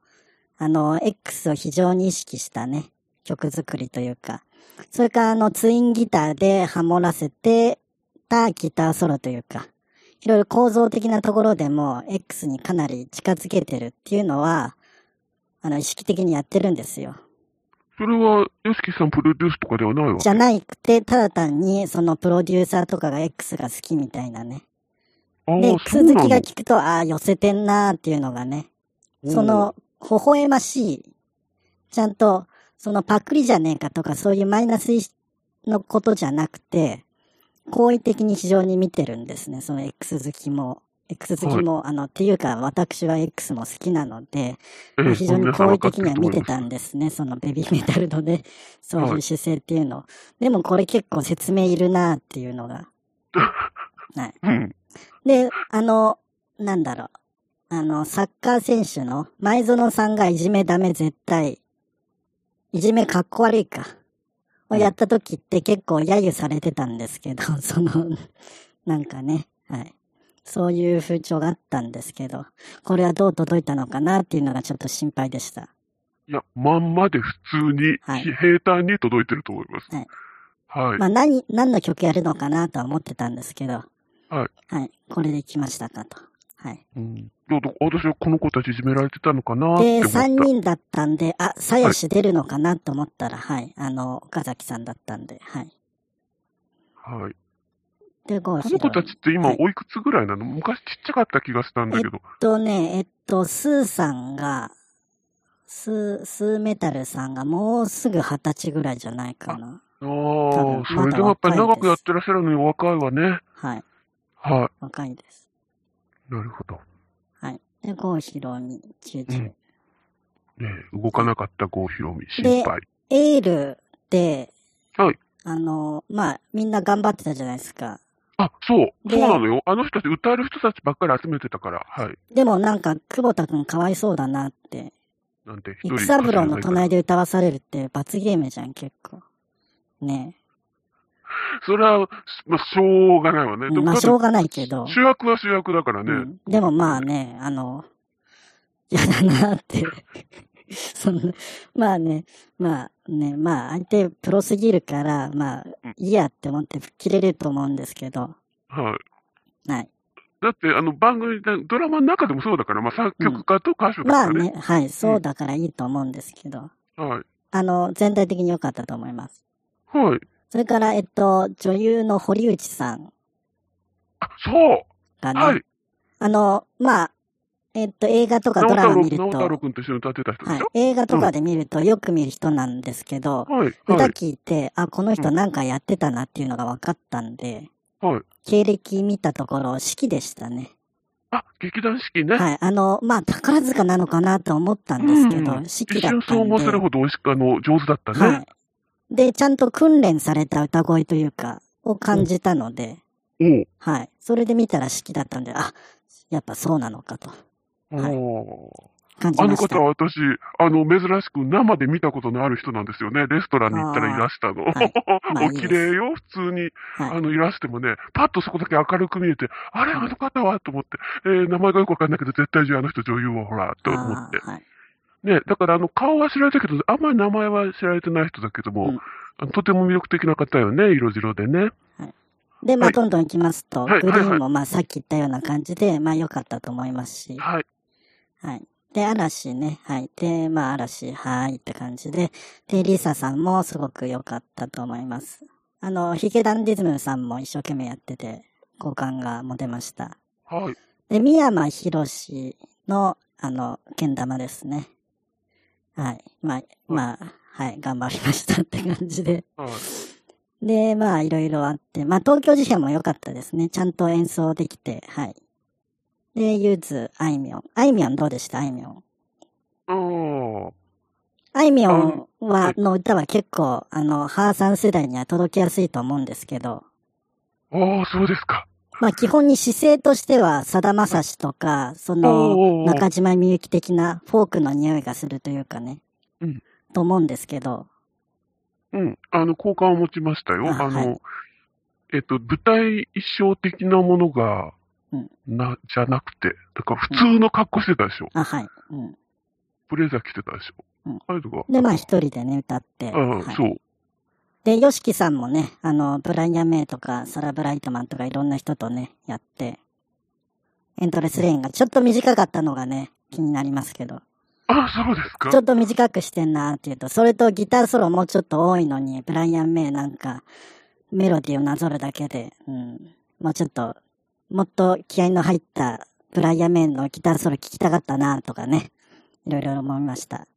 Speaker 2: あの、X を非常に意識したね、曲作りというか、それからあの、ツインギターでハモらせてたギターソロというか、いろいろ構造的なところでも、X にかなり近づけてるっていうのは、あの、意識的にやってるんですよ。
Speaker 1: それは、ヨシキさんプロデュースとかではないわ
Speaker 2: じ。ゃなくて、ただ単に、そのプロデューサーとかが X が好きみたいなね。
Speaker 1: ああ
Speaker 2: で、
Speaker 1: そう
Speaker 2: 続
Speaker 1: な
Speaker 2: き
Speaker 1: の
Speaker 2: が聞くと、ああ、寄せてんなーっていうのがね、そ、の、微笑ましい、ちゃんと、そのパクリじゃねえかとか、そういうマイナスのことじゃなくて、好意的に非常に見てるんですね、その X 好きも。X 好きも、あの、っていうか、私は X も好きなので、
Speaker 1: おー
Speaker 2: ま
Speaker 1: え
Speaker 2: あ
Speaker 1: え
Speaker 2: 非常に
Speaker 1: 皆さん
Speaker 2: 好
Speaker 1: 分
Speaker 2: 意
Speaker 1: かっ
Speaker 2: 的
Speaker 1: て
Speaker 2: に
Speaker 1: ると
Speaker 2: は
Speaker 1: 思
Speaker 2: 見
Speaker 1: い
Speaker 2: て
Speaker 1: ます
Speaker 2: たんですね、そのベビーメタルのね、そうい
Speaker 1: は
Speaker 2: う
Speaker 1: い
Speaker 2: 姿勢っていうのを。でもこれ結構説明いるなっていうのが。はい。
Speaker 1: うん。
Speaker 2: で、あの、なんだろう。あの、サッカー選手の前園さんがいじめダメ絶対、いじめかっこ悪いか、をやった時って結構揶揄されてたんですけど、 その、なんかね、はい。そういう風潮があったんですけど、これはどう届いたのかなっていうのがちょっと心配でした。
Speaker 1: いや、まんまで普通に、
Speaker 2: はい
Speaker 1: 平坦に届いてると思います。
Speaker 2: はい
Speaker 1: はい。
Speaker 2: まあ何、何の曲やるのかなとは思ってたんですけど、
Speaker 1: はい。
Speaker 2: はい。これで来ましたかと。はい。
Speaker 1: うん、どうぞ私はこの子たちいじめられてたのかなって
Speaker 2: で、
Speaker 1: 思った。
Speaker 2: 3人だったんで、あ、鞘師出るのかなと思ったら、はい。あの、岡崎さんだったんで、はい。
Speaker 1: はい。
Speaker 2: で、ゴー
Speaker 1: こ
Speaker 2: ヒ
Speaker 1: の子
Speaker 2: ロ
Speaker 1: たちって今
Speaker 2: はい
Speaker 1: おいくつぐらいなの、昔ちっちゃかった気がしたんだけど。
Speaker 2: とね、えっと、スーさんが、スー、スーメタルさんがもうすぐ二十歳ぐらいじゃないかな。
Speaker 1: ああ、
Speaker 2: 多分
Speaker 1: それでもやっぱり
Speaker 2: まだ若
Speaker 1: 長
Speaker 2: いです
Speaker 1: くやってらっしゃるのに若いわね。
Speaker 2: はい。
Speaker 1: は
Speaker 2: 若いです。
Speaker 1: い。なるほど。
Speaker 2: はい。で、ゴーヒロミ、中
Speaker 1: う
Speaker 2: 中
Speaker 1: ん。ねえ動かなかった郷ひろみ、
Speaker 2: で
Speaker 1: 心配。
Speaker 2: エールで、
Speaker 1: はい
Speaker 2: あの、まあ、みんな頑張ってたじゃないですか。
Speaker 1: あ、そう。そ
Speaker 2: で
Speaker 1: うなのよ。あの人たち歌える人たちばっかり集めてたから。はい。
Speaker 2: でもなんか、久保田くんかわいそうだなって。
Speaker 1: なんて、一人
Speaker 2: 育三郎
Speaker 1: 稼いで
Speaker 2: の
Speaker 1: ない
Speaker 2: 隣で歌わされるって罰ゲームじゃん、結構。ね
Speaker 1: からそれは、まあ、しょうがないわね。
Speaker 2: え。
Speaker 1: でも
Speaker 2: まあ、しょうがないけど。
Speaker 1: 主役は主役だからね。
Speaker 2: うんでもまあね、あの、やだなって。 そんな、まあね、まあね、まあ相手プロすぎるから、まあ
Speaker 1: うん、
Speaker 2: いいやって思って吹っ切れると思うんですけど、
Speaker 1: はい。
Speaker 2: はい。
Speaker 1: だって、あの、番組で、ドラマの中でもそうだから、まあ、作曲家と歌手だ
Speaker 2: ま
Speaker 1: か
Speaker 2: あ
Speaker 1: らね。
Speaker 2: ね、はい、そうだからいいと思うんですけど、
Speaker 1: はい。
Speaker 2: あの、全体的に良かったと思います。
Speaker 1: はい。
Speaker 2: それから、えっと、女優の堀内さん
Speaker 1: あ、そう
Speaker 2: がね、
Speaker 1: はい。
Speaker 2: あの、まあ、えっと、映画とか
Speaker 1: 直
Speaker 2: ドラ
Speaker 1: 太
Speaker 2: マ
Speaker 1: 郎
Speaker 2: 見ると、
Speaker 1: 直太郎君と一緒に歌ってた人で
Speaker 2: はい
Speaker 1: しょ、、
Speaker 2: 映画とかで見るとよく見る人なんですけど、
Speaker 1: はい。
Speaker 2: 歌
Speaker 1: はい。
Speaker 2: 聞いて、あ、この人なんかやってたなっていうのが分かったんで、
Speaker 1: はい。
Speaker 2: 経歴見たところ、式でしたね。
Speaker 1: あ、劇団四季ね。
Speaker 2: はい。あの、まあ、宝塚なのかなと思ったんですけ
Speaker 1: う
Speaker 2: ど、
Speaker 1: ん
Speaker 2: 式
Speaker 1: 一
Speaker 2: だっ
Speaker 1: 瞬
Speaker 2: た
Speaker 1: そうん
Speaker 2: で。
Speaker 1: 思わせるほど美味しく、あの、上手だったね。
Speaker 2: はい。で、ちゃんと訓練された歌声というか、を感じたので、はい。それで見たら式だったんで、あ、やっぱそうなのかと
Speaker 1: おう
Speaker 2: はい
Speaker 1: お
Speaker 2: 感
Speaker 1: ー
Speaker 2: じ
Speaker 1: あの
Speaker 2: ました。
Speaker 1: 方は私、あの、珍しく生で見たことのある人なんですよね。レストランに行ったらいらしたの。
Speaker 2: はいまあい
Speaker 1: お
Speaker 2: いです
Speaker 1: 綺麗よ、普通に。
Speaker 2: はい
Speaker 1: あの、いらしてもね、パッとそこだけ明るく見えて、あれ、あの方はと思って、えー名前がよくわかんないけど、絶対じゃああの人女優はほら、と思って
Speaker 2: あ。ーはい。
Speaker 1: ね、だからあの、顔は知られたけど、あんまり名前は知られてない人だけども、
Speaker 2: うん
Speaker 1: あのとても魅力的な方よね、色白でね。
Speaker 2: で、
Speaker 1: は
Speaker 2: まあ、
Speaker 1: い
Speaker 2: どんどん行きますと、
Speaker 1: はい
Speaker 2: グリー
Speaker 1: は
Speaker 2: ン
Speaker 1: い
Speaker 2: も、まあ、さっき言ったような感じで、まあ、良かったと思いますし、
Speaker 1: はい。
Speaker 2: はい。で、嵐ね、はい。で、まあ、嵐、はーいって感じで、で、リサさんもすごく良かったと思います。あの、ヒゲダンディズムさんも一生懸命やってて、好感が持てました。
Speaker 1: はい。
Speaker 2: で、三山ひろしの、あの、けん玉ですね。はい。まあ、まあ、はい、頑張りましたって感じで。
Speaker 1: はい。
Speaker 2: で、まあ、いろいろあって、まあ、東京事変も良かったですね。ちゃんと演奏できて、はい。で、ゆず、あいみょん。あいみょんどうでしたあいみょん。
Speaker 1: あー
Speaker 2: あいみょん
Speaker 1: は
Speaker 2: は、
Speaker 1: い
Speaker 2: の歌は結構、あの、母さん世代には届きやすいと思うんですけど、
Speaker 1: あー、そうですか。
Speaker 2: まあ、基本に姿勢としては、さだまさしとか、その、
Speaker 1: おー
Speaker 2: 中島みゆき的なフォークの匂いがするというかね、
Speaker 1: うん
Speaker 2: と思うんですけど、
Speaker 1: うん。あの、好感を持ちましたよ。
Speaker 2: あ
Speaker 1: あの、
Speaker 2: はい
Speaker 1: えっと、舞台衣装的なものが、
Speaker 2: うん
Speaker 1: な、じゃなくて、だから普通の格好してたでしょ。
Speaker 2: あ、はい。うん。
Speaker 1: ブレザー着てたでしょ。
Speaker 2: うん
Speaker 1: あれとか。
Speaker 2: で、まあ、一人でね、歌って、
Speaker 1: ああ、
Speaker 2: はい
Speaker 1: そう。
Speaker 2: で、ヨシキさんもね、あの、ブライアン・メイとか、サラ・ブライトマンとかいろんな人とね、やって、エントレスレインがちょっと短かったのがね、気になりますけど、
Speaker 1: ああ、そうですか。
Speaker 2: ちょっと短くしてんなーっていうと、それとギターソロもうちょっと多いのに、ブライアン・メイなんか、メロディーをなぞるだけで、うん、もうちょっと、もっと気合の入ったブライアン・メイのギターソロ聴きたかったなーとかね、いろいろ思いました。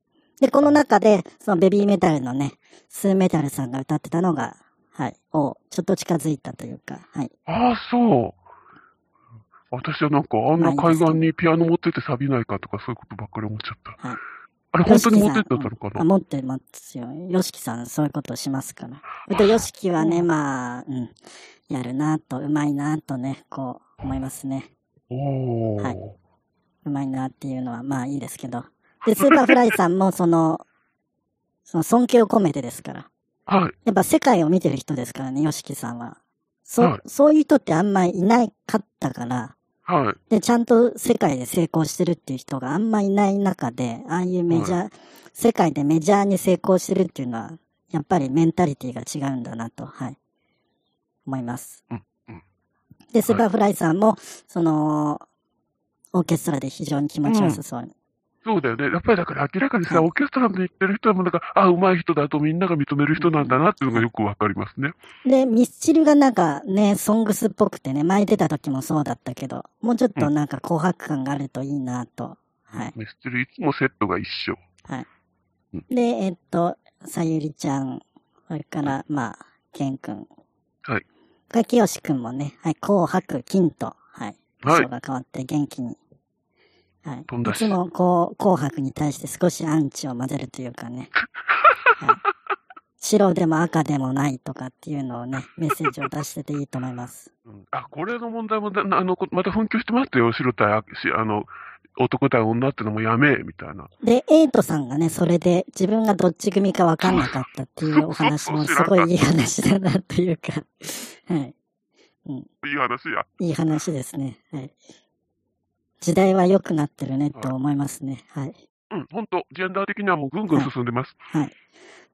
Speaker 2: で、この中で、そのベビーメタルのね、スーメタルさんが歌ってたのが、はい、を、ちょっと近づいたというか、はい。
Speaker 1: ああ、そう。私はなんか、あんな海岸にピアノ持ってって錆びないかとか、そういうことばっかり思っちゃった。
Speaker 2: はい
Speaker 1: あれ、本当に持ってってたのか
Speaker 2: あ、
Speaker 1: な
Speaker 2: 持ってますよ。ヨシキさん、そういうことしますから。あと、ヨシキはね、まあ、うん、やるなと、うまいなとね、こう、思いますね。
Speaker 1: おお、
Speaker 2: はいうまいなっていうのは、まあいいですけど。 で、スーパーフライさんも、その、その尊敬を込めてですから。
Speaker 1: はい。
Speaker 2: やっぱ世界を見てる人ですからね、ヨシキさんは。そ、
Speaker 1: はい
Speaker 2: そういう人ってあんまいないかったから、
Speaker 1: はい。
Speaker 2: で、ちゃんと世界で成功してるっていう人があんまいない中で、ああいうメジャー、世界でメジャーに成功してるっていうのは、やっぱりメンタリティが違うんだなと、はい、思います。
Speaker 1: うんうん
Speaker 2: で、スーパーフライさんも、その、オーケストラで非常に気持ちよさそうに。
Speaker 1: そうだよね。やっぱりだから明らかにさ、
Speaker 2: はい
Speaker 1: オーケストラで行ってる人はもうなんか、あ、上手い人だとみんなが認める人なんだなっていうのがよくわかりますね。
Speaker 2: で、ミスチルがなんかね、ソングスっぽくてね、前出た時もそうだったけど、もうちょっとなんか紅白感があるといいなと。はい。
Speaker 1: ミスチルいつもセットが一緒。
Speaker 2: で、えっと、さゆりちゃん、それから、まあ、けんくん。
Speaker 1: はい。
Speaker 2: かきよしくんもね、はい、紅白、金と、はい。
Speaker 1: はい
Speaker 2: 衣装が変わって元気に。はい。
Speaker 1: 飛んだ
Speaker 2: い
Speaker 1: し
Speaker 2: つもこう、紅白に対して少しアンチを混ぜるというか ね。はい。白でも赤でもないとかっていうのをね、メッセージを出してていいと思います。
Speaker 1: うんあ、これの問題もだ、なあの、こまた紛糾してましたよ。白対、あしあの、男対女ってのもやめえ、みたいな。
Speaker 2: で、エイトさんがね、それで自分がどっち組か分かんなかったっていうお話もすごいいい話だなというか、 はい。
Speaker 1: いい話や。
Speaker 2: いい話ですね。はい。時代は良くなってるねと思いますね。はい。
Speaker 1: うん、本当ジェンダー的にはもうぐんぐん進んでます。
Speaker 2: はい。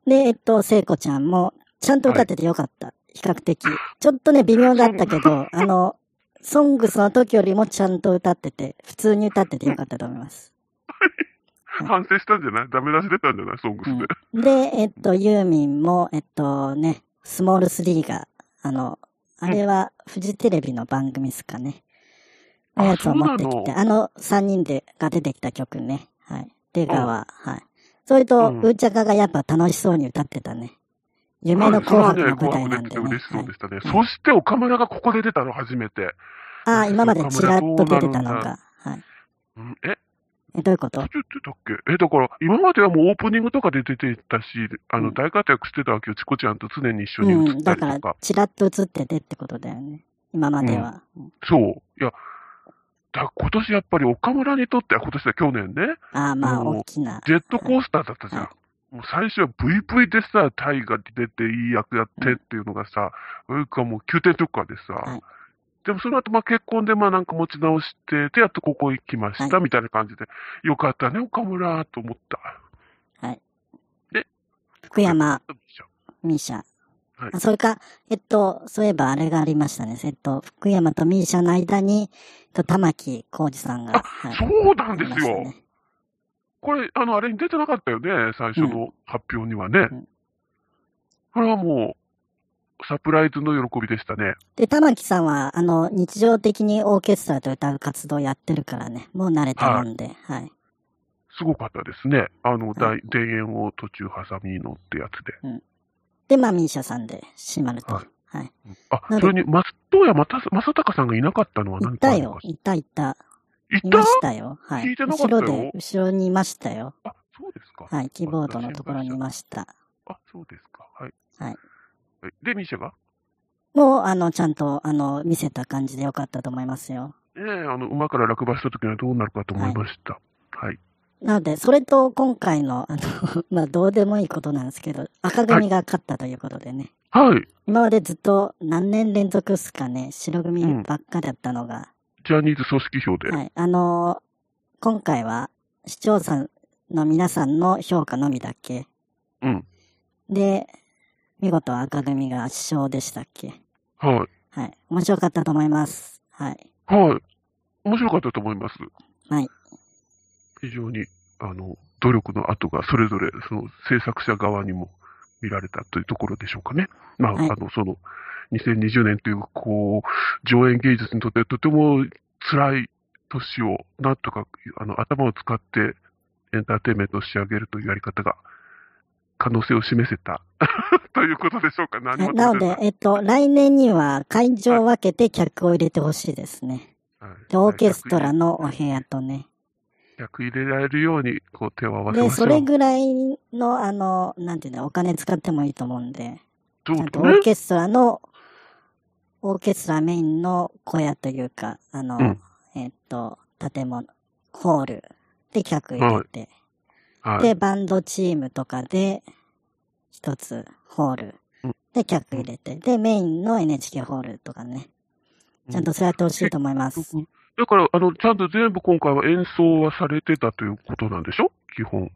Speaker 2: で、えっと、聖子ちゃんも、ちゃんと歌っててよかった。比較的。ちょっとね、微妙だったけど、あの、ソングスの時よりもちゃんと歌ってて、普通に歌っててよかったと思います。はい
Speaker 1: 反省したんじゃないダメ出し出たんじゃないソングスで。
Speaker 2: で、えっと、ユーミンも、えっとね、スモール3が、あの、あれはフジテレビの番組ですかね。
Speaker 1: あ
Speaker 2: のやつを持って
Speaker 1: そ
Speaker 2: き
Speaker 1: う
Speaker 2: て、
Speaker 1: な
Speaker 2: あの3人でが出てきた曲ね。はい。出川、はい。それと、
Speaker 1: う
Speaker 2: うんーちゃかがやっぱ楽しそうに歌ってたね。夢の紅白の舞台なんで
Speaker 1: それはね紅白出て
Speaker 2: ね
Speaker 1: 嬉し。そうでしたね。そ
Speaker 2: は
Speaker 1: して岡村がここで出たの初めて。
Speaker 2: ああー、今までちらっと出て
Speaker 1: 岡村ど
Speaker 2: たの
Speaker 1: うなるんだ
Speaker 2: が。はい。
Speaker 1: うんえ、
Speaker 2: え、どういうこと
Speaker 1: 途中って言ったっけえ、だから、今まではもうオープニングとかで出ていたし、あ
Speaker 2: う
Speaker 1: の、
Speaker 2: ん
Speaker 1: 大活躍してたわけよ。チコちゃんと常に一緒
Speaker 2: う
Speaker 1: に映
Speaker 2: ん。
Speaker 1: った
Speaker 2: だ
Speaker 1: りと
Speaker 2: から
Speaker 1: か。、
Speaker 2: ちらっと映っててってことだよね。今までは。うん
Speaker 1: そう。いや、だ今年やっぱり岡村にとっては、今年だ、去年ね、
Speaker 2: ああ、まあ、
Speaker 1: うん
Speaker 2: 大きな。
Speaker 1: ジェットコースターだったじゃん。
Speaker 2: は
Speaker 1: もう最初は VV でさ、タイが出ていい役やってっていうのがさ、それかもう9点とかでさ、
Speaker 2: はい
Speaker 1: でもその後まあ結婚でまあなんか持ち直して、で、やっとここ行きました
Speaker 2: はい
Speaker 1: みたいな感じで、よかったね、岡村と思った。
Speaker 2: 福山、
Speaker 1: う
Speaker 2: ミーシャ。
Speaker 1: はい
Speaker 2: あそれか、えっと、そういえばあれがありましたね。えっと、福山とミーシャの間に、えっと、玉木浩二さんが。
Speaker 1: あ
Speaker 2: はい
Speaker 1: そうなんです
Speaker 2: いました
Speaker 1: よ。
Speaker 2: ね
Speaker 1: これ、あの、あれに出てなかったよね、最初の発表にはね。
Speaker 2: うん
Speaker 1: これはもう、サプライズの喜びでしたね。
Speaker 2: で、玉木さんは、あの、日常的にオーケストラと歌う活動やってるからね、もう慣れたもんで、はい。
Speaker 1: すごかったですね。あの、
Speaker 2: は
Speaker 1: 大田園を途中挟みのってやつで。
Speaker 2: で、まあ、ミーシャさんで締まると。
Speaker 1: は
Speaker 2: はいい。
Speaker 1: あ、
Speaker 2: な
Speaker 1: そ
Speaker 2: んで
Speaker 1: れに、松任谷正正隆さんがいなかったのは何
Speaker 2: い
Speaker 1: かあ
Speaker 2: た
Speaker 1: るの
Speaker 2: よ
Speaker 1: か、し
Speaker 2: いたいた。
Speaker 1: ら。い
Speaker 2: い
Speaker 1: た
Speaker 2: ましたよ。は
Speaker 1: 聞い
Speaker 2: い。
Speaker 1: てなかった
Speaker 2: 後
Speaker 1: よ
Speaker 2: ろで、後ろにいましたよ。
Speaker 1: あ、そうですか。
Speaker 2: はい、キーボードのところにいました。
Speaker 1: あ、そうですか。はい。
Speaker 2: はい
Speaker 1: はい。で、ミシャが
Speaker 2: もう、あの、ちゃんと、あの、見せた感じでよかったと思いますよ。
Speaker 1: ええあの、馬から落馬した時にはどうなるかと思いました。はい。
Speaker 2: なので、それと今回の、 あの、まあ、どうでもいいことなんですけど、赤組が勝ったということでね、
Speaker 1: はい。
Speaker 2: 今までずっと何年連続っすかね、白組ばっかだったのが、
Speaker 1: ジャニーズ組織票で。
Speaker 2: はい、あのー今回は視聴者の皆さんの評価のみだっけ
Speaker 1: うん。
Speaker 2: で、見事赤組が圧勝でしたっけ
Speaker 1: は
Speaker 2: はい、面白かったと思います。はい、
Speaker 1: い。はい。面白かったと思います。
Speaker 2: はい、
Speaker 1: 非常に、あの、努力の跡がそれぞれ、その制作者側にも見られたというところでしょうかね。まあ、
Speaker 2: はい
Speaker 1: あの、その、2020年という、こう、上演芸術にとってとても辛い年を、なんとか、あの、頭を使ってエンターテインメントを仕上げるというやり方が、可能性を示せた、 ということでしょうか。何
Speaker 2: はい。
Speaker 1: 事
Speaker 2: なの
Speaker 1: も
Speaker 2: で
Speaker 1: な、い
Speaker 2: えっと、来年には会場を分けて客を入れてほしいですね。
Speaker 1: はい
Speaker 2: で、オーケストラのお部屋とね。
Speaker 1: 役入れられるようにこう手を合わせま
Speaker 2: で、
Speaker 1: しょ。
Speaker 2: そうれぐらいの、あの、なんていうの、お金使ってもいいと思うんで、
Speaker 1: どう
Speaker 2: ちゃんとオ
Speaker 1: ね
Speaker 2: ーケストラの、オーケストラメインの小屋というか、あの、
Speaker 1: うん
Speaker 2: えっと、建物、ホールで客入れて、
Speaker 1: はい、
Speaker 2: で、バンドチームとかで、一つホール
Speaker 1: うん
Speaker 2: で客入れて、で、メインの NHK ホールとかね、ちゃんとそうやってほしいと思います。
Speaker 1: だから、あの、ちゃんと全部今回は演奏はされてたということなんでしょ基本。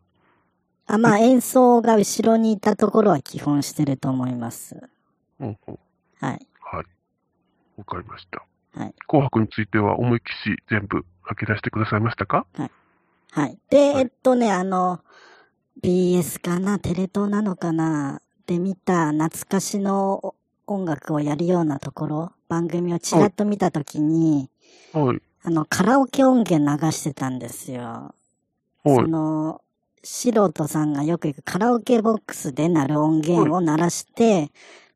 Speaker 2: あ、まあ演奏が後ろにいたところは基本してると思います。
Speaker 1: うんうん。
Speaker 2: はい。
Speaker 1: はい。わかりました。
Speaker 2: はい。
Speaker 1: 紅白については思いっきし全部吐き出してくださいましたか
Speaker 2: はい。で、
Speaker 1: はい
Speaker 2: えっとね、あの、BS かなテレ東なのかなで見た懐かしの音楽をやるようなところ、番組をちらっと見たときに、
Speaker 1: はい。
Speaker 2: あの、カラオケ音源流してたんですよ。
Speaker 1: は
Speaker 2: そ
Speaker 1: い。
Speaker 2: の、素人さんがよく行くカラオケボックスで鳴る音源を鳴らして、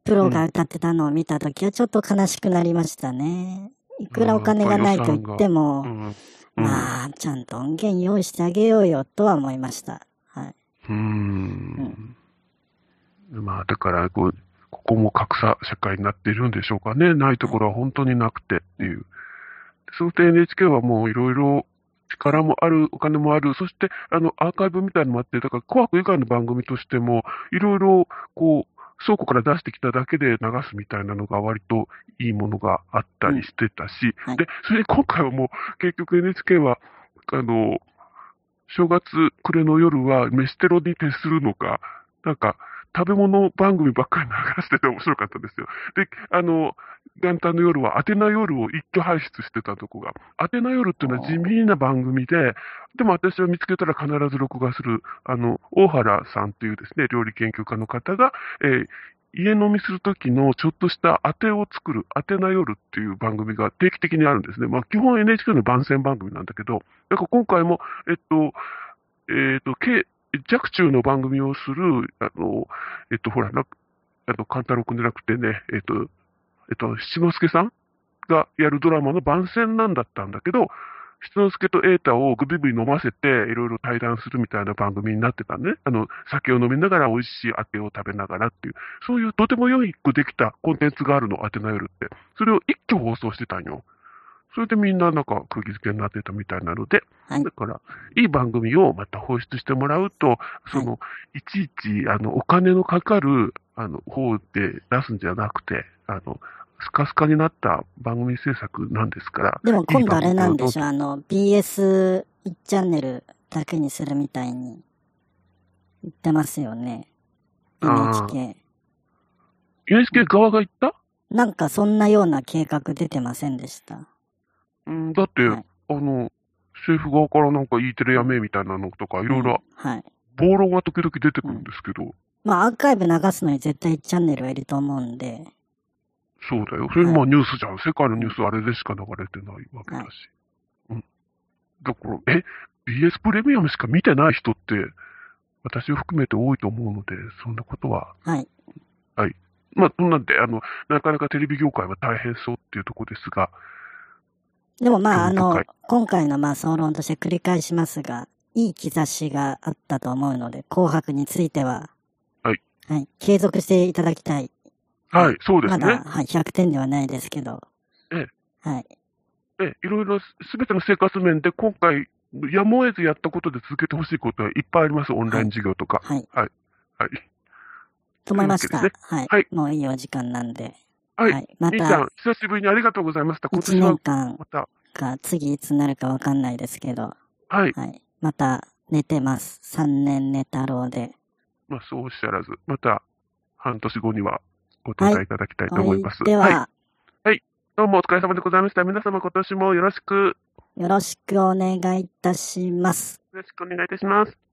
Speaker 2: プロが歌ってたのを見たときはちょっと悲しくなりましたね。いくらお金がないと言っても、
Speaker 1: うん。うん
Speaker 2: まあ、ちゃんと音源用意してあげようよとは思いました。はい。
Speaker 1: うーん。まあ、だから、こう、ここも格差社会になっているんでしょうかね。ないところは本当になくてっていう。その点 NHK はもういろいろ力もある、お金もある、そして、あの、アーカイブみたいのもあって、だから、紅白以外の番組としても、いろいろ、こう、倉庫から出してきただけで流すみたいなのが割といいものがあったりしてたし、
Speaker 2: はい
Speaker 1: で、それで今回はもう、結局 NHK は、あの、正月暮れの夜は飯テロに徹するのか、なんか、食べ物番組ばっかり流してて面白かったですよ。で、あの、元旦の夜は、アテナ夜を一挙排出してたとこが、アテナ夜っていうのは地味な番組で、でも私を見つけたら必ず録画する、あの、大原さんというですね、料理研究家の方が、えー家飲みするときのちょっとした当てを作る、当てな夜っていう番組が定期的にあるんですね。まあ、基本 NHK の番宣番組なんだけど、なんか今回も、えっと、えっと、け弱中の番組をする、あの、えっと、ほら、なあの、勘太郎くんじゃなくてね、えっと、えっと、七之助さんがやるドラマの番宣なんだったんだけど、七之助と瑛太をグビグビ飲ませて、いろいろ対談するみたいな番組になってたね。あの、酒を飲みながら美味しいあてを食べながらっていう、そういうとても良いくできたコンテンツがあるの、あてな夜って。それを一挙放送してたんよ。それでみんななんか釘付けになってたみたいなので、
Speaker 2: はい
Speaker 1: だから、いい番組をまた放出してもらうと、その、いちいち、あの、お金のかかる、あの、方で出すんじゃなくて、あの、スカスカになった番組制作なんですから。
Speaker 2: でも今度あれなんで
Speaker 1: ょ
Speaker 2: しょあの、BS1 チャンネルだけにするみたいに言ってますよね。
Speaker 1: あ
Speaker 2: NHK。
Speaker 1: NHK 側が言った、
Speaker 2: なんかそんなような計画出てませんでした。
Speaker 1: うん、だって、
Speaker 2: はい
Speaker 1: あの、政府側からなんか E テレやめみたいなのとか、い
Speaker 2: い
Speaker 1: ろいろ
Speaker 2: はい。
Speaker 1: 暴論が時々出てくるんですけど、
Speaker 2: まあアーカイブ流すのに絶対1チャンネルはいると思うんで、
Speaker 1: そうだよ。それまあニュースじゃん。世界のニュースあれでしか流れてないわけだし。うん。だから、え、BS プレミアムしか見てない人って、私を含めて多いと思うので、そんなことは。
Speaker 2: はい。
Speaker 1: まあ、そんなんで、あの、なかなかテレビ業界は大変そうっていうところですが、
Speaker 2: でもまあ
Speaker 1: 興
Speaker 2: あ
Speaker 1: 味
Speaker 2: の
Speaker 1: 深い、
Speaker 2: 今回のまあ総論として繰り返しますが、いい兆しがあったと思うので、紅白については、
Speaker 1: はい。
Speaker 2: はい。継続していただきたい。
Speaker 1: はい、そうです
Speaker 2: まだ、
Speaker 1: ね。
Speaker 2: はい、100点ではないですけど。
Speaker 1: え
Speaker 2: はい。
Speaker 1: え、いろいろすべての生活面で今回、やむを得ずやったことで続けてほしいことはいっぱいあります。オンライン授業とか。
Speaker 2: はい。
Speaker 1: はい。
Speaker 2: と思いました。
Speaker 1: という
Speaker 2: はい、
Speaker 1: はい
Speaker 2: もういいお時間なんで。
Speaker 1: はい。
Speaker 2: ま
Speaker 1: 兄ちゃ
Speaker 2: た
Speaker 1: ん、、久しぶりにありがとうございました。今
Speaker 2: 1
Speaker 1: 年は
Speaker 2: 年間
Speaker 1: また、
Speaker 2: か、次いつなるかわかんないですけど。
Speaker 1: はい。
Speaker 2: はい。また、寝てます。3年寝太郎で。
Speaker 1: まあ、そうおっしゃらず、また半年後にはご登壇いただきたいと思います。
Speaker 2: では、
Speaker 1: はい、どうもお疲れ様でございました。皆様今年もよろしく、よ
Speaker 2: よろしくお願いいたします。
Speaker 1: ろしくお願いいたします。